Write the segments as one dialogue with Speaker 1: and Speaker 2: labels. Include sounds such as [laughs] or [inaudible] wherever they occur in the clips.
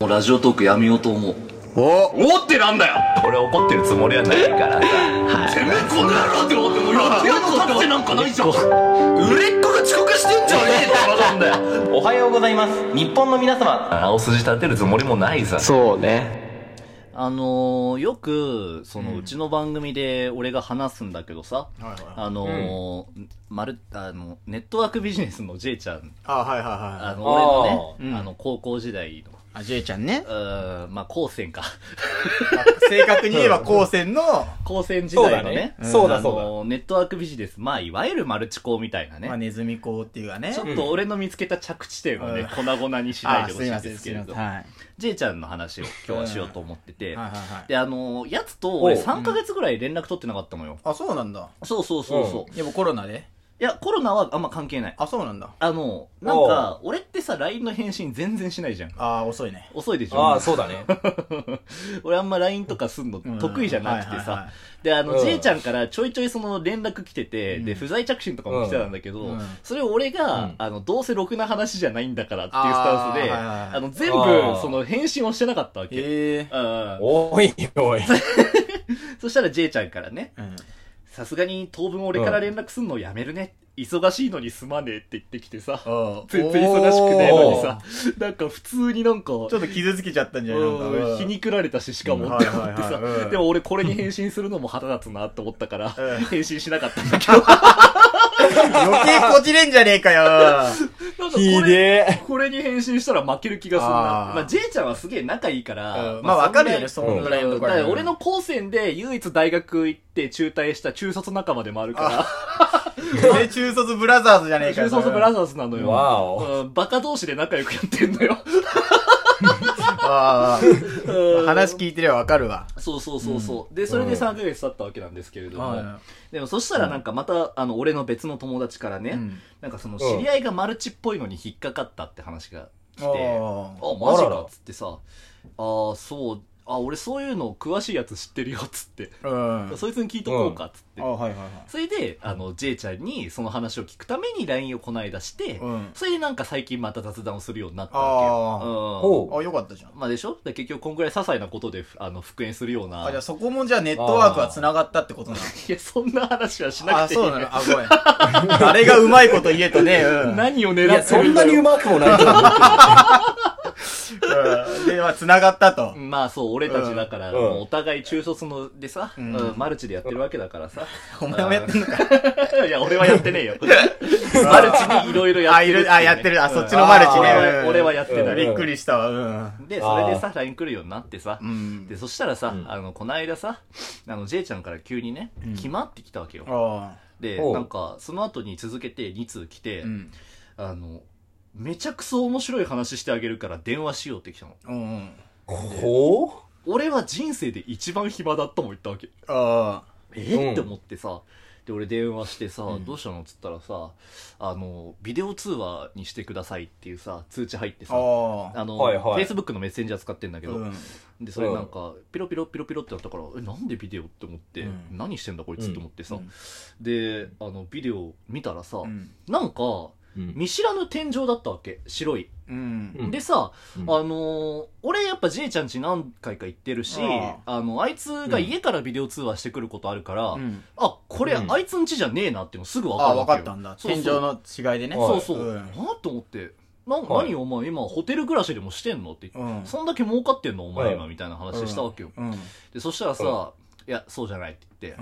Speaker 1: もうラジオトークやめようと思う
Speaker 2: お
Speaker 1: 思ってなんだよ
Speaker 3: 俺怒ってるつもりはないからさ
Speaker 1: てめえこの野郎って思ってもやってやの立ってなんかないじゃん売れっ子が遅刻してんじゃねえって話なんだよ
Speaker 4: おはようございます日本の皆様
Speaker 3: 青筋立てるつもりもないさ
Speaker 2: そうね
Speaker 4: あのー、よく、その、うちの番組で俺が話すんだけどさ、
Speaker 5: はいはい
Speaker 4: あのー、まる、あの、ネットワークビジネスの J ちゃん、
Speaker 5: あはいはいはい
Speaker 4: あの、俺の
Speaker 5: あー
Speaker 4: ね、あの、高校時代の、
Speaker 5: あジェイちゃんね
Speaker 4: うーん、まあ、高専か。
Speaker 5: [laughs] 正確に言えば高専の
Speaker 4: 高専時代のね、
Speaker 6: そうだね
Speaker 4: あ
Speaker 6: そうだそうだ
Speaker 4: のーネットワークビジネス、まあ、いわゆるマルチ校みたいなね。
Speaker 5: まあネズミ校っていうかね
Speaker 4: ちょっと俺の見つけた着地点をね、
Speaker 5: うん
Speaker 4: 粉々にしない
Speaker 5: あ
Speaker 4: でほ
Speaker 5: す
Speaker 4: し
Speaker 5: い
Speaker 4: いん
Speaker 5: ま
Speaker 4: で
Speaker 5: せん
Speaker 4: す
Speaker 5: す
Speaker 4: け
Speaker 5: い
Speaker 4: れ
Speaker 5: ませ
Speaker 4: ど
Speaker 5: ん、はい
Speaker 4: ジェイちゃんの話を今日はしようと思ってて、
Speaker 5: はいはいはい
Speaker 4: で、あのー、やつと俺3ヶ月ぐらい連絡取ってなかったのよ。
Speaker 5: あそうなんだ
Speaker 4: そうそうそうそう。
Speaker 5: やっぱコロナで
Speaker 4: いや、コロナはあんま関係ない。
Speaker 5: あそうなんだ
Speaker 4: あの、なんか、俺ってさ、LINE の返信全然しないじゃん。
Speaker 5: あー遅いね
Speaker 4: 遅いでしょ
Speaker 6: ああ、そうだね。
Speaker 4: 俺あんま LINE とかすんの
Speaker 5: うん
Speaker 4: 得意じゃなくて
Speaker 5: はいはいは
Speaker 4: さ
Speaker 5: い。
Speaker 4: で、あの、
Speaker 6: うん
Speaker 4: じいちゃんからちょいちょいその連絡来てて、で、不在着信とかも来てたんだけ
Speaker 5: う
Speaker 4: ど
Speaker 5: ん、
Speaker 4: それを俺
Speaker 6: う
Speaker 4: が
Speaker 6: ん、
Speaker 4: あの、どうせろくな話じゃないんだからっていうスタンスで、
Speaker 5: あーはいはいはい
Speaker 4: あの、全
Speaker 6: あ
Speaker 4: 部
Speaker 6: ー、
Speaker 4: その、返信をしてなかったわけ。
Speaker 5: へえ
Speaker 4: うん
Speaker 6: おいおい。
Speaker 4: そしたらジェイちゃんからね、
Speaker 5: うん
Speaker 4: さすがに当分俺から連絡すんのやめるね。忙しいのにすまねえって言ってきてさ。
Speaker 5: あー
Speaker 4: 全然忙しくねえのにさ
Speaker 5: おー、
Speaker 4: なんか普通になんか、
Speaker 5: ちょっと傷つけちゃったんじゃない
Speaker 4: うん皮肉られたししかもって思って
Speaker 5: はいはいはいう
Speaker 4: さ
Speaker 5: ん、
Speaker 4: でも俺これに返信するのも腹立つなって思ったから
Speaker 5: うん、
Speaker 4: 返信しなかったんだけど、なんか
Speaker 5: 余計こじれんじゃねえか
Speaker 4: [laughs]
Speaker 5: よ
Speaker 4: これ、これに返信したら負ける気がするな。
Speaker 5: あー
Speaker 4: まあ、ジェイちゃんはすげえ仲いいから、
Speaker 5: まあわかるよね
Speaker 4: そ
Speaker 5: そ
Speaker 4: んな
Speaker 5: のぐらいのとこ
Speaker 4: だ
Speaker 5: ろ
Speaker 4: から俺の高専で唯一大学行って中退した中卒仲間でもあるから、
Speaker 5: 俺中卒ブラザーズじゃねえ
Speaker 4: 中
Speaker 5: かよ
Speaker 4: 卒ブラザーズなのよ。
Speaker 6: わお。
Speaker 4: うん、バカ同士で仲良くやってんのよ。
Speaker 5: あ
Speaker 4: う
Speaker 5: ー
Speaker 4: ん
Speaker 5: [laughs] 話聞いてりゃわかるわ
Speaker 4: そうそうそうそう。で、それで3ヶ月経ったわけなんですけれども、
Speaker 5: は
Speaker 4: でもそしたらなんかまた、あの、俺の別の友達からね、
Speaker 5: うん
Speaker 4: なんかその知り合いがマルチっぽいのに引っかかったって話が来て、
Speaker 5: おー
Speaker 4: あ、マジ
Speaker 6: あら
Speaker 4: か
Speaker 6: ら
Speaker 4: っつってさ、ああ、そう、あ、俺そういうの詳しいやつ知ってるよっつって、
Speaker 5: うん
Speaker 4: そいつに聞いとこうかっつって。
Speaker 5: あはいはいはい
Speaker 4: それで、あの、J ちゃんにその話を聞くために LINE をこの間して、
Speaker 5: うん
Speaker 4: それでなんか最近また雑談をするようになったわけよ。うん
Speaker 6: ほ
Speaker 5: あよかったじゃん
Speaker 4: まあでしょで結局こんぐらい些細なことでふあの復縁するような。
Speaker 5: あ
Speaker 4: い
Speaker 5: じゃあそこもじゃあネットワークは繋がったってことな
Speaker 4: や、 [laughs] そんな話はし
Speaker 5: の
Speaker 4: なく
Speaker 5: あ
Speaker 4: ていい。
Speaker 5: そうなのあごめん誰がうまいこと言えとね [laughs] うん
Speaker 4: 何を狙ってる
Speaker 6: う。いや、そんなにうまくもないと思う
Speaker 5: うんでは繋がったと
Speaker 4: [laughs] まあそう、俺たちだから、
Speaker 6: うん
Speaker 4: もうお互い中卒のでさ、うんんマルチでやってるわけだからさ。
Speaker 5: お前もやってんのか
Speaker 4: いや、俺はやってねえよ。 [laughs] マルチにいろいろやっ
Speaker 5: [laughs] あ
Speaker 4: て
Speaker 5: い
Speaker 4: る
Speaker 5: るあやってるあ
Speaker 4: うん
Speaker 5: そっちのマルチね
Speaker 4: あー
Speaker 5: うん
Speaker 4: 俺はやってな
Speaker 5: うん
Speaker 4: い
Speaker 5: びっくりしたわうん
Speaker 4: で、それでさ、LINE 来るようになってさ
Speaker 5: う。ん
Speaker 4: で、そしたらさ、
Speaker 6: うん
Speaker 4: あの、こないださ、あの、J ちゃんから急にね、決まってきたわけよ。
Speaker 5: あ
Speaker 4: で、
Speaker 6: おう
Speaker 4: なんか、その後に続けて2通来て、
Speaker 5: ーうん
Speaker 4: あの、めちゃくそ面白い話してあげるから電話しようって来たの。
Speaker 5: うんうん
Speaker 6: ほ
Speaker 4: 俺は人生で一番暇だとも言ったわけ。
Speaker 5: あ
Speaker 4: え
Speaker 6: うん
Speaker 4: ーって思ってさ、で、俺電話してさ、
Speaker 5: うん
Speaker 4: どうしたのっつったらさ、あの、ビデオ通話にしてくださいっていうさ、通知入って
Speaker 5: あ
Speaker 4: さ、
Speaker 5: ああ
Speaker 4: あの、
Speaker 6: はいはい
Speaker 4: Facebook のメッセンジャー使ってんだけど、
Speaker 5: うん
Speaker 4: で、それなんか、ピロピロピロピロってなったから、え、なんでビデオって思って、
Speaker 5: うん
Speaker 4: 何してんだこいつって思ってさ、
Speaker 5: うん
Speaker 4: で、あの、ビデオ見たらさ、
Speaker 5: うん
Speaker 4: なんか、
Speaker 6: う。うん
Speaker 4: 見知らぬ天井だったわけ、白い。
Speaker 5: うん
Speaker 6: うん
Speaker 4: でさ、
Speaker 6: うん
Speaker 4: あのー俺やっぱ J ちゃんち何回か行ってるし、
Speaker 5: あ
Speaker 4: あの、あいつが家からビデオ通話してくることあるから、
Speaker 5: うん
Speaker 4: あ、これ
Speaker 6: うん
Speaker 4: あいつんちじゃねえなっていうのすぐ分か
Speaker 5: あ
Speaker 4: る
Speaker 5: 分
Speaker 4: わ
Speaker 5: か
Speaker 4: け
Speaker 5: っ
Speaker 4: よ。
Speaker 5: たんだ
Speaker 4: そうそ
Speaker 5: 天
Speaker 4: う
Speaker 5: 井の違いでね
Speaker 6: はい
Speaker 4: そうそう。
Speaker 5: うん
Speaker 4: なあと思って、な、
Speaker 6: はい
Speaker 4: 何お前今ホテル暮らしでもしてんのって言って、
Speaker 5: うん
Speaker 4: そんだけ儲かってんのお前今
Speaker 6: は
Speaker 4: みたいな話したわけよ。
Speaker 5: うんうん
Speaker 4: で、そしたらさ、いや、そうじゃないって言って、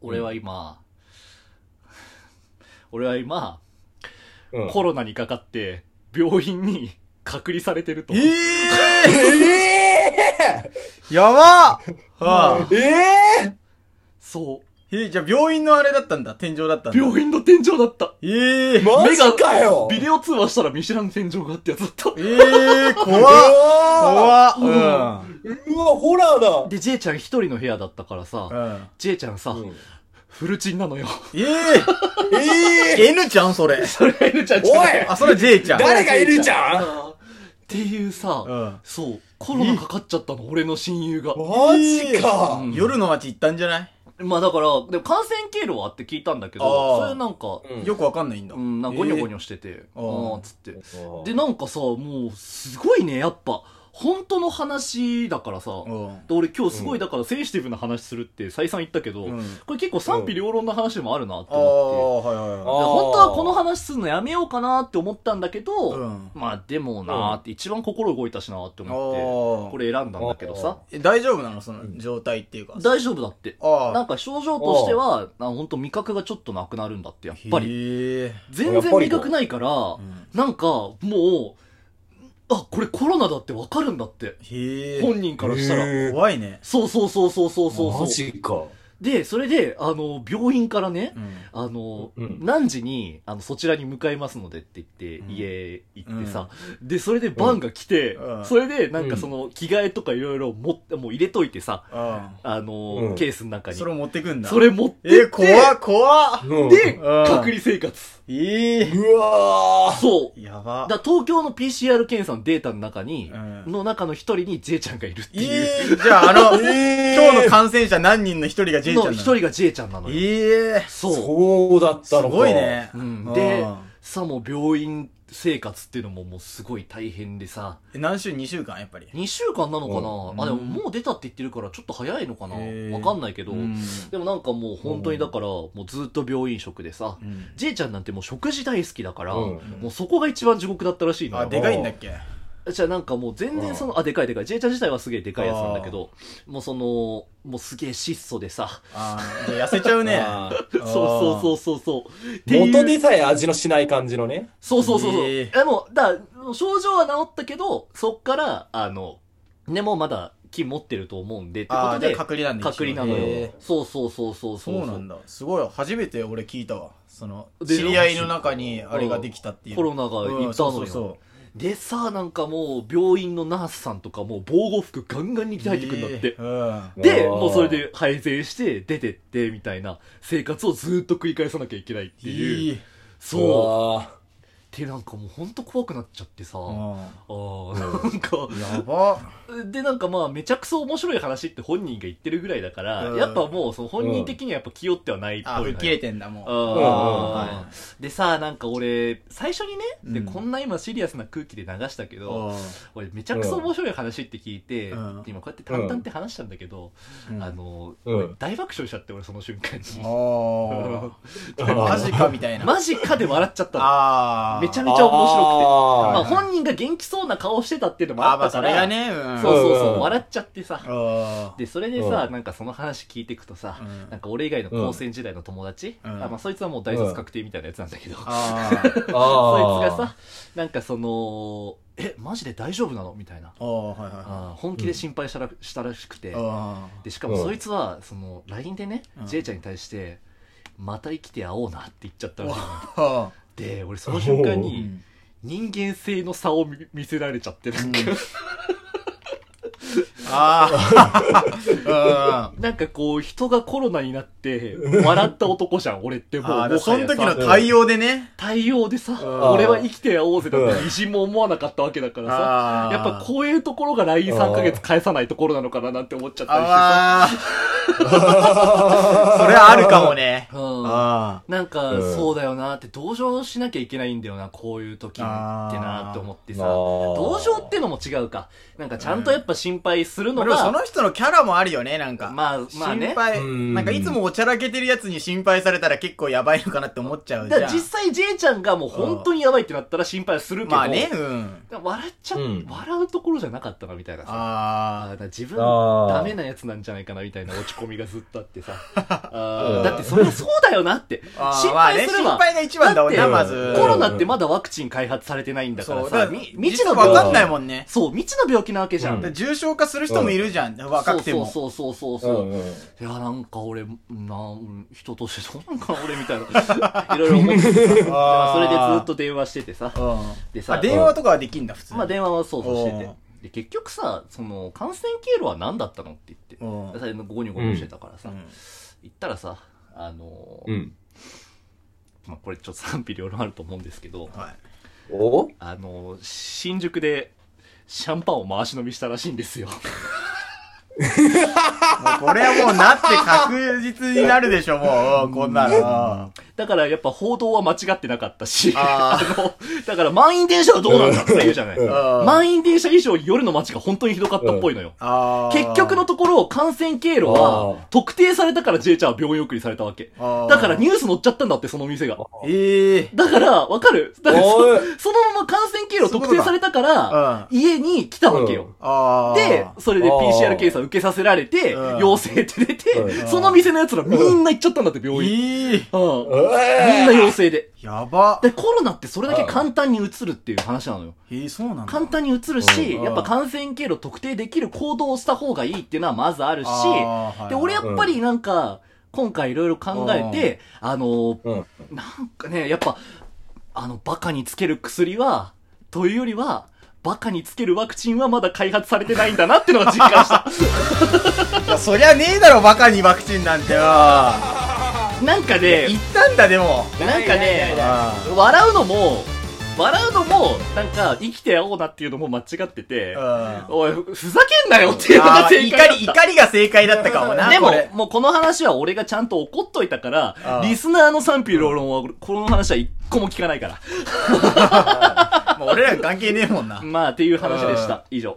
Speaker 4: 俺は今、 [laughs] 俺は今、
Speaker 6: うん
Speaker 4: コロナにかかって、病院に [laughs] 隔離されてると。
Speaker 5: ええ
Speaker 6: え
Speaker 5: ーやばっはあ
Speaker 6: ー、え
Speaker 4: そ
Speaker 5: えじゃあ病院のあれだったんだ天井だったん
Speaker 4: う。
Speaker 5: だ
Speaker 4: 病院の天井だった。
Speaker 5: ええ
Speaker 6: ー、マジかよ
Speaker 4: ビデオ通話したら見知らぬ天井があってやつだった。
Speaker 5: ええ
Speaker 6: う
Speaker 5: 怖っ怖
Speaker 6: わ
Speaker 5: っうん
Speaker 6: ーうわ、ホラーだ
Speaker 4: で、ジェイちゃん一人の部屋だったからさ、
Speaker 5: うん
Speaker 4: ジェイちゃんさ、フルチンなのよ。
Speaker 5: ええ
Speaker 6: ええ
Speaker 5: N ちゃんそれ。
Speaker 4: それがいるちゃん
Speaker 6: ー、おい
Speaker 5: あ、それ J ちゃん。
Speaker 6: 誰がいるじゃん
Speaker 4: っていうさ、
Speaker 5: うん
Speaker 4: そう、コロナかかっちゃったの、俺の親友が。
Speaker 6: マジか
Speaker 4: うん
Speaker 5: 夜の街行ったんじゃない
Speaker 4: まあだから、でも感染経路はあって聞いたんだけ
Speaker 5: あ
Speaker 4: ど、
Speaker 5: ー
Speaker 4: それなんか、
Speaker 6: うん
Speaker 5: よくわかんないんだ。
Speaker 4: うん、なんかゴニョゴニ
Speaker 5: ョ。
Speaker 4: ョしてて、
Speaker 5: ー
Speaker 4: あーつって。で、なんかさ、もう、すごいね、やっぱ。本当の話だからさ、
Speaker 5: うん
Speaker 4: で俺今日すごいだからセンシティブな話するって再三言ったけど、
Speaker 5: うん
Speaker 4: これ結構賛否両論の話でもあるなって
Speaker 5: ああ、
Speaker 4: 思って。
Speaker 5: はいはいは
Speaker 4: い
Speaker 5: い。
Speaker 4: や本当はこの話するのやめようかなって思ったんだけど、
Speaker 5: うん
Speaker 4: まあでもなーって一番心動いたしなーって思って、
Speaker 5: あ
Speaker 4: こ
Speaker 5: あ。
Speaker 4: れ選んだんだけどさ、
Speaker 5: え大丈夫なのその状態っていうか。
Speaker 4: 大丈夫だって。
Speaker 5: ああ。
Speaker 4: なんか症状としては、あ本当味覚がちょっとなくなるんだって、やっぱり。
Speaker 5: り。
Speaker 4: 全然味覚ないから、なんかもう、あ、これコロナだってわかるんだって。
Speaker 5: へえ。
Speaker 4: 本人からしたら。
Speaker 6: へえ
Speaker 5: 怖いね。
Speaker 4: そうそうそうそうそうそう
Speaker 6: マ
Speaker 4: そう。
Speaker 6: ジか。
Speaker 4: で、それで、あの、病院からね、
Speaker 5: うん。
Speaker 4: あの、
Speaker 6: うん
Speaker 4: 何時に、あの、そちらに向かいますのでって言って、
Speaker 5: うん
Speaker 4: 家行ってさ、で、それでバンが来て、
Speaker 5: うん
Speaker 4: それで、なんかその、着替えとかいろいろ持って、もう入れといてさ、
Speaker 5: あ
Speaker 4: あの、
Speaker 6: うん
Speaker 4: ケースの中
Speaker 5: あ。
Speaker 4: に。
Speaker 5: それを持ってくんだ。
Speaker 4: それ持ってって、
Speaker 5: え、怖っ怖っ
Speaker 6: うん
Speaker 4: で、
Speaker 5: うん
Speaker 4: 隔離生活。
Speaker 5: ええ。
Speaker 6: うわー
Speaker 4: そう。
Speaker 5: やば。
Speaker 4: だから東京の PCR 検査のデータの中に、
Speaker 5: うん
Speaker 4: の中の一人に J ちゃんがいるっていう。
Speaker 5: え [laughs] え。じゃあ、あの、
Speaker 6: えー
Speaker 5: 今日の感染者何人の一人が J ちゃんな
Speaker 4: の
Speaker 5: の
Speaker 4: 一人が J ちゃんなのよ。
Speaker 5: ええ。
Speaker 4: そう。
Speaker 6: そうだった
Speaker 5: す
Speaker 6: のか。
Speaker 5: ごい。ね。
Speaker 4: うん、で
Speaker 5: ああ、
Speaker 4: さ、もう病院生活っていうのももうすごい大変でさ、
Speaker 5: え何週 ?2 週間やっぱり。
Speaker 4: 2週間なのか
Speaker 5: うん
Speaker 4: なあ、でももう出たって言ってるからちょっと早いのかな
Speaker 5: へえ
Speaker 4: わかんないけど、
Speaker 5: うん
Speaker 4: でもなんかもう本当にだから、もうずっと病院食でさ、J ちゃんなんてもう食事大好きだから、
Speaker 6: うん
Speaker 4: もうそこが一番地獄だったらしいのよ。
Speaker 5: あ、でかいんだっけ
Speaker 4: じゃあなんかもう全然その、あ、でかいでかい。ジェイちゃん自体はすげえでかいやつなんだけど、もうその、もうすげえ質素でさ。
Speaker 5: ああ、 [laughs] じゃあ痩せちゃうね。
Speaker 6: あー
Speaker 4: そうそうそうそうそう。っていう
Speaker 6: 元でさえ味のしない感じのね。
Speaker 4: そうそうそうそう。
Speaker 5: へえ
Speaker 4: でも、だから症状は治ったけど、そっから、あの、ね、もうまだ菌持ってると思うんで、ってこ
Speaker 5: あ
Speaker 4: と
Speaker 5: あ、じゃあ
Speaker 4: で、
Speaker 5: 隔離なんで
Speaker 4: 隔離なのよ。そうそうそうそう
Speaker 5: そうなん
Speaker 4: だ。
Speaker 5: だ。すごい。初めて俺聞いたわ。その、
Speaker 4: で
Speaker 5: 知り合いの中にあれができたっていう。
Speaker 4: コロナがいたのよ
Speaker 5: うんそうそうそ
Speaker 4: でさ、なんかもう、病院のナースさんとかもう防護服ガンガンに
Speaker 5: う。
Speaker 4: 着て入ってくんだって。
Speaker 5: えーうん。
Speaker 4: で、
Speaker 6: あー
Speaker 4: もうそれで配膳して、出てって、みたいな生活をずーっと繰り返さなきゃいけないっていう。
Speaker 5: い。
Speaker 4: そう。
Speaker 6: うわ
Speaker 4: ってなんかもうほんと怖くなっちゃってさ。
Speaker 5: う
Speaker 4: あ
Speaker 5: ん
Speaker 4: ー [laughs] なんか、
Speaker 5: やば。
Speaker 4: で、なんかまあ、めちゃくそ面白い話って本人が言ってるぐらいだから、
Speaker 5: うん
Speaker 4: やっぱもう、その本人的にはやっぱ気負ってはないっぽい
Speaker 5: あ、
Speaker 4: の
Speaker 5: 吹
Speaker 4: よ
Speaker 5: っ切れてんだ、もう。
Speaker 6: ん
Speaker 4: あ
Speaker 5: は
Speaker 4: ーでさ、なんか俺、最初にね、で、
Speaker 5: うん
Speaker 4: こんな今シリアスな空気で流したけど、俺めちゃくそ面白い話って聞いて、
Speaker 5: うん
Speaker 4: 今こうやって淡々って話したんだけど、
Speaker 5: うん
Speaker 4: あの、
Speaker 6: うん
Speaker 4: 俺大爆笑しちゃって俺その瞬間に。 [laughs]
Speaker 5: あ
Speaker 6: ー
Speaker 5: あ。マジかみたいな。
Speaker 4: マジかで笑っちゃったの。
Speaker 5: ああ。
Speaker 4: めちゃ
Speaker 5: め
Speaker 4: めちゃ面白くて。
Speaker 5: あ
Speaker 4: ま
Speaker 5: ーは
Speaker 4: あ
Speaker 5: い
Speaker 4: 本人が元気そうな顔してたっていうのも
Speaker 5: あ
Speaker 4: あ
Speaker 5: あ、
Speaker 4: っ
Speaker 5: ま
Speaker 4: た
Speaker 5: あ、そ
Speaker 4: か
Speaker 5: れ
Speaker 4: ら、
Speaker 5: がね、うん。
Speaker 4: そうそうそうう、
Speaker 6: ん
Speaker 4: 笑っちゃってさ。
Speaker 5: あ
Speaker 4: で、それでさ、
Speaker 6: うん
Speaker 4: なんかその話聞いてくとさ、
Speaker 5: うん
Speaker 4: なんか俺以外の高専時代の友達、
Speaker 5: うん
Speaker 4: あまあそいつはもう大卒確定みたいなやつなんだ [laughs] けど、
Speaker 5: あ。ああ。
Speaker 6: ー
Speaker 4: そいつが
Speaker 6: あ
Speaker 4: さ、なんかその、え、マジで大丈夫なのみたいな。
Speaker 5: ああ、はいはいは
Speaker 4: あー本気で心配したら,、したらしくて
Speaker 5: い。、あ
Speaker 4: でしかもそいつはその LINE でね、
Speaker 5: うん
Speaker 4: J ちゃんに対して「また生きて会おうな」って言っちゃったらしいの
Speaker 5: あ。は
Speaker 4: で俺その瞬間
Speaker 5: あ。
Speaker 4: に人間性の差を見見せられちゃってなんか、
Speaker 5: あ
Speaker 4: [laughs]
Speaker 5: あ。うん。
Speaker 4: なんかこう人がコロナになって笑った男じゃん俺ってもう
Speaker 5: ああ、
Speaker 4: もはや
Speaker 5: でそ
Speaker 4: さ
Speaker 5: の時の対応でね。
Speaker 4: 対応でさ
Speaker 5: ん
Speaker 4: 俺は生きて会おうぜだって微塵も思わなかったわけだからさ
Speaker 5: ああ。
Speaker 4: やっぱこういうところが LINE3 ヶ月返さないところなのかななんて思っちゃったりしてさ
Speaker 5: あ [laughs] あ。それはあるかもね。
Speaker 4: うん
Speaker 5: あ
Speaker 4: なんか、
Speaker 6: うん
Speaker 4: そうだよなって、同情しなきゃいけないんだよな、こういう時ってなって思ってさ。
Speaker 6: あー
Speaker 4: 同情ってのも違うか。なんか、ちゃんとやっぱ心配する
Speaker 5: あ。ま
Speaker 4: の
Speaker 5: あでもそ
Speaker 4: が、
Speaker 5: の人のキャラもあるよね、なんか。
Speaker 4: まあ、まあね
Speaker 5: 心。配、
Speaker 6: うん
Speaker 5: なんかいつもおちゃらけてるやつに心配されたら結構やばいのかなって思っちゃうじ
Speaker 4: だか
Speaker 5: ゃ
Speaker 4: ら
Speaker 5: ん。
Speaker 4: 実際 J ちゃんがもう本当にやばいってなったら心配はするけど。
Speaker 5: まあね、うん。
Speaker 4: だから笑っちゃ、
Speaker 6: うん
Speaker 4: 笑うところじゃなかったなみたいなさ。あー
Speaker 5: あ
Speaker 4: だから自分
Speaker 6: あー
Speaker 4: ダメなやつなんじゃないかなみたいな落ち込みがずっとあ [laughs] ってさ。あ
Speaker 6: う
Speaker 4: ー
Speaker 6: ん
Speaker 4: だってそれはそうだよなって。
Speaker 5: あー
Speaker 4: 心配すれ
Speaker 5: ま
Speaker 4: ば
Speaker 5: あね心。配が一番だもん
Speaker 4: だって
Speaker 5: な、まず。
Speaker 4: コロナってまだワクチン開発されてないんだから
Speaker 5: そう、
Speaker 4: さ、
Speaker 5: だから
Speaker 4: み未
Speaker 5: 実
Speaker 4: 知の
Speaker 5: は
Speaker 4: 病
Speaker 5: わ
Speaker 4: 気
Speaker 5: かんないもんね。
Speaker 4: そう、未知の病気なわけじゃん。
Speaker 6: うん
Speaker 5: だから重症化する人もいるじゃん、若くても。
Speaker 4: そうそうそうそうう。
Speaker 6: んうん
Speaker 4: いや、なんか俺、な、うん人としてどうなんかな、俺みたいな。 [laughs] いろいろ思っててさ。でまあそれでずっと電話しててさ。
Speaker 5: う
Speaker 4: で
Speaker 5: ん。
Speaker 4: さ
Speaker 5: あ、、電話とかはできんだ、普通に。
Speaker 4: まあ電話はそうそうして
Speaker 5: う
Speaker 4: て
Speaker 5: ん。
Speaker 4: で、結局さ、その、感染経路は何だったのって
Speaker 5: う
Speaker 4: 言
Speaker 5: ん
Speaker 4: って。さ、ゴニョゴニョしてたからさ
Speaker 5: う、ん
Speaker 4: 言ったらさ、あのー
Speaker 6: う、ん。
Speaker 4: まあこれちょっと賛否両論あると思うんですけど、
Speaker 5: はい。
Speaker 6: お
Speaker 4: あのー、新宿で、シャンパンを回し飲みしたらしいんですよ。 [laughs]
Speaker 5: もうこれはもうなって確実になるでしょ、もう。こんなの。
Speaker 4: だからやっぱ報道は間違ってなかったし、
Speaker 1: あ
Speaker 4: あの、だから満員電車はどうなんだって言うじゃない。
Speaker 1: あー
Speaker 4: 満員電車以上夜の街が本当にひどかったっぽいのよ。
Speaker 1: あー
Speaker 4: 結局のところ、感染経路
Speaker 6: あ
Speaker 4: は、特定されたから J ちゃんは病院送りされたわけ。
Speaker 1: あー
Speaker 4: だからニュース載っちゃったんだって、その店が。
Speaker 1: ええ
Speaker 4: だから、わかるだからそ
Speaker 6: おい
Speaker 4: そのまま感染経路特定されたか
Speaker 1: そういう
Speaker 4: ら
Speaker 1: こ、
Speaker 4: 家に来たわけよ。
Speaker 1: ああ
Speaker 4: で、それで
Speaker 6: あー
Speaker 4: PCR 検査受けさせられて
Speaker 1: うん、
Speaker 4: 陽性って出
Speaker 6: う
Speaker 4: て、その店の奴らみんな行っちゃったんだって、病院。
Speaker 1: ええ
Speaker 4: うん
Speaker 6: う
Speaker 4: みんな
Speaker 6: え
Speaker 4: 陽性で。
Speaker 1: やば
Speaker 4: で、コロナってそれだけ簡単に移るっていう話なのよ。
Speaker 1: ええそうなんだ
Speaker 4: 簡単に移るし、やっぱ感染経路特定できる行動をした方がいいっていうのはまずあるし、
Speaker 1: あーはい
Speaker 4: で、俺やっぱりなんか、今回いろいろ考えて、あの、
Speaker 6: うん
Speaker 4: なんかね、やっぱ、あの、バカにつける薬は、というよりは、バカにつけるワクチンはまだ開発されてないんだなっていうのが実感
Speaker 5: [laughs]
Speaker 4: した。
Speaker 5: いやそりゃねえだろ、バカにワクチンなんてよ。
Speaker 4: なんかね
Speaker 5: 言、ったんだ、でも。
Speaker 4: なんかね、
Speaker 5: あ
Speaker 4: 笑うのも、笑うのも、なんか、生きてやおうなっていうのも間違ってて、
Speaker 5: あ
Speaker 4: おい、ふふざけんなよっていうのが
Speaker 5: あー
Speaker 4: 正解だ
Speaker 5: 怒
Speaker 4: った。
Speaker 5: り、怒りが正解だったかもな。
Speaker 4: でも
Speaker 5: これ、
Speaker 4: もうこの話は俺がちゃんと怒っといたから
Speaker 5: あ、あ
Speaker 4: リスナーの賛否両論は、この話は一個も聞かないから。
Speaker 5: もう俺ら関係ねえもんな。
Speaker 4: まあ、っていう話でした。以上。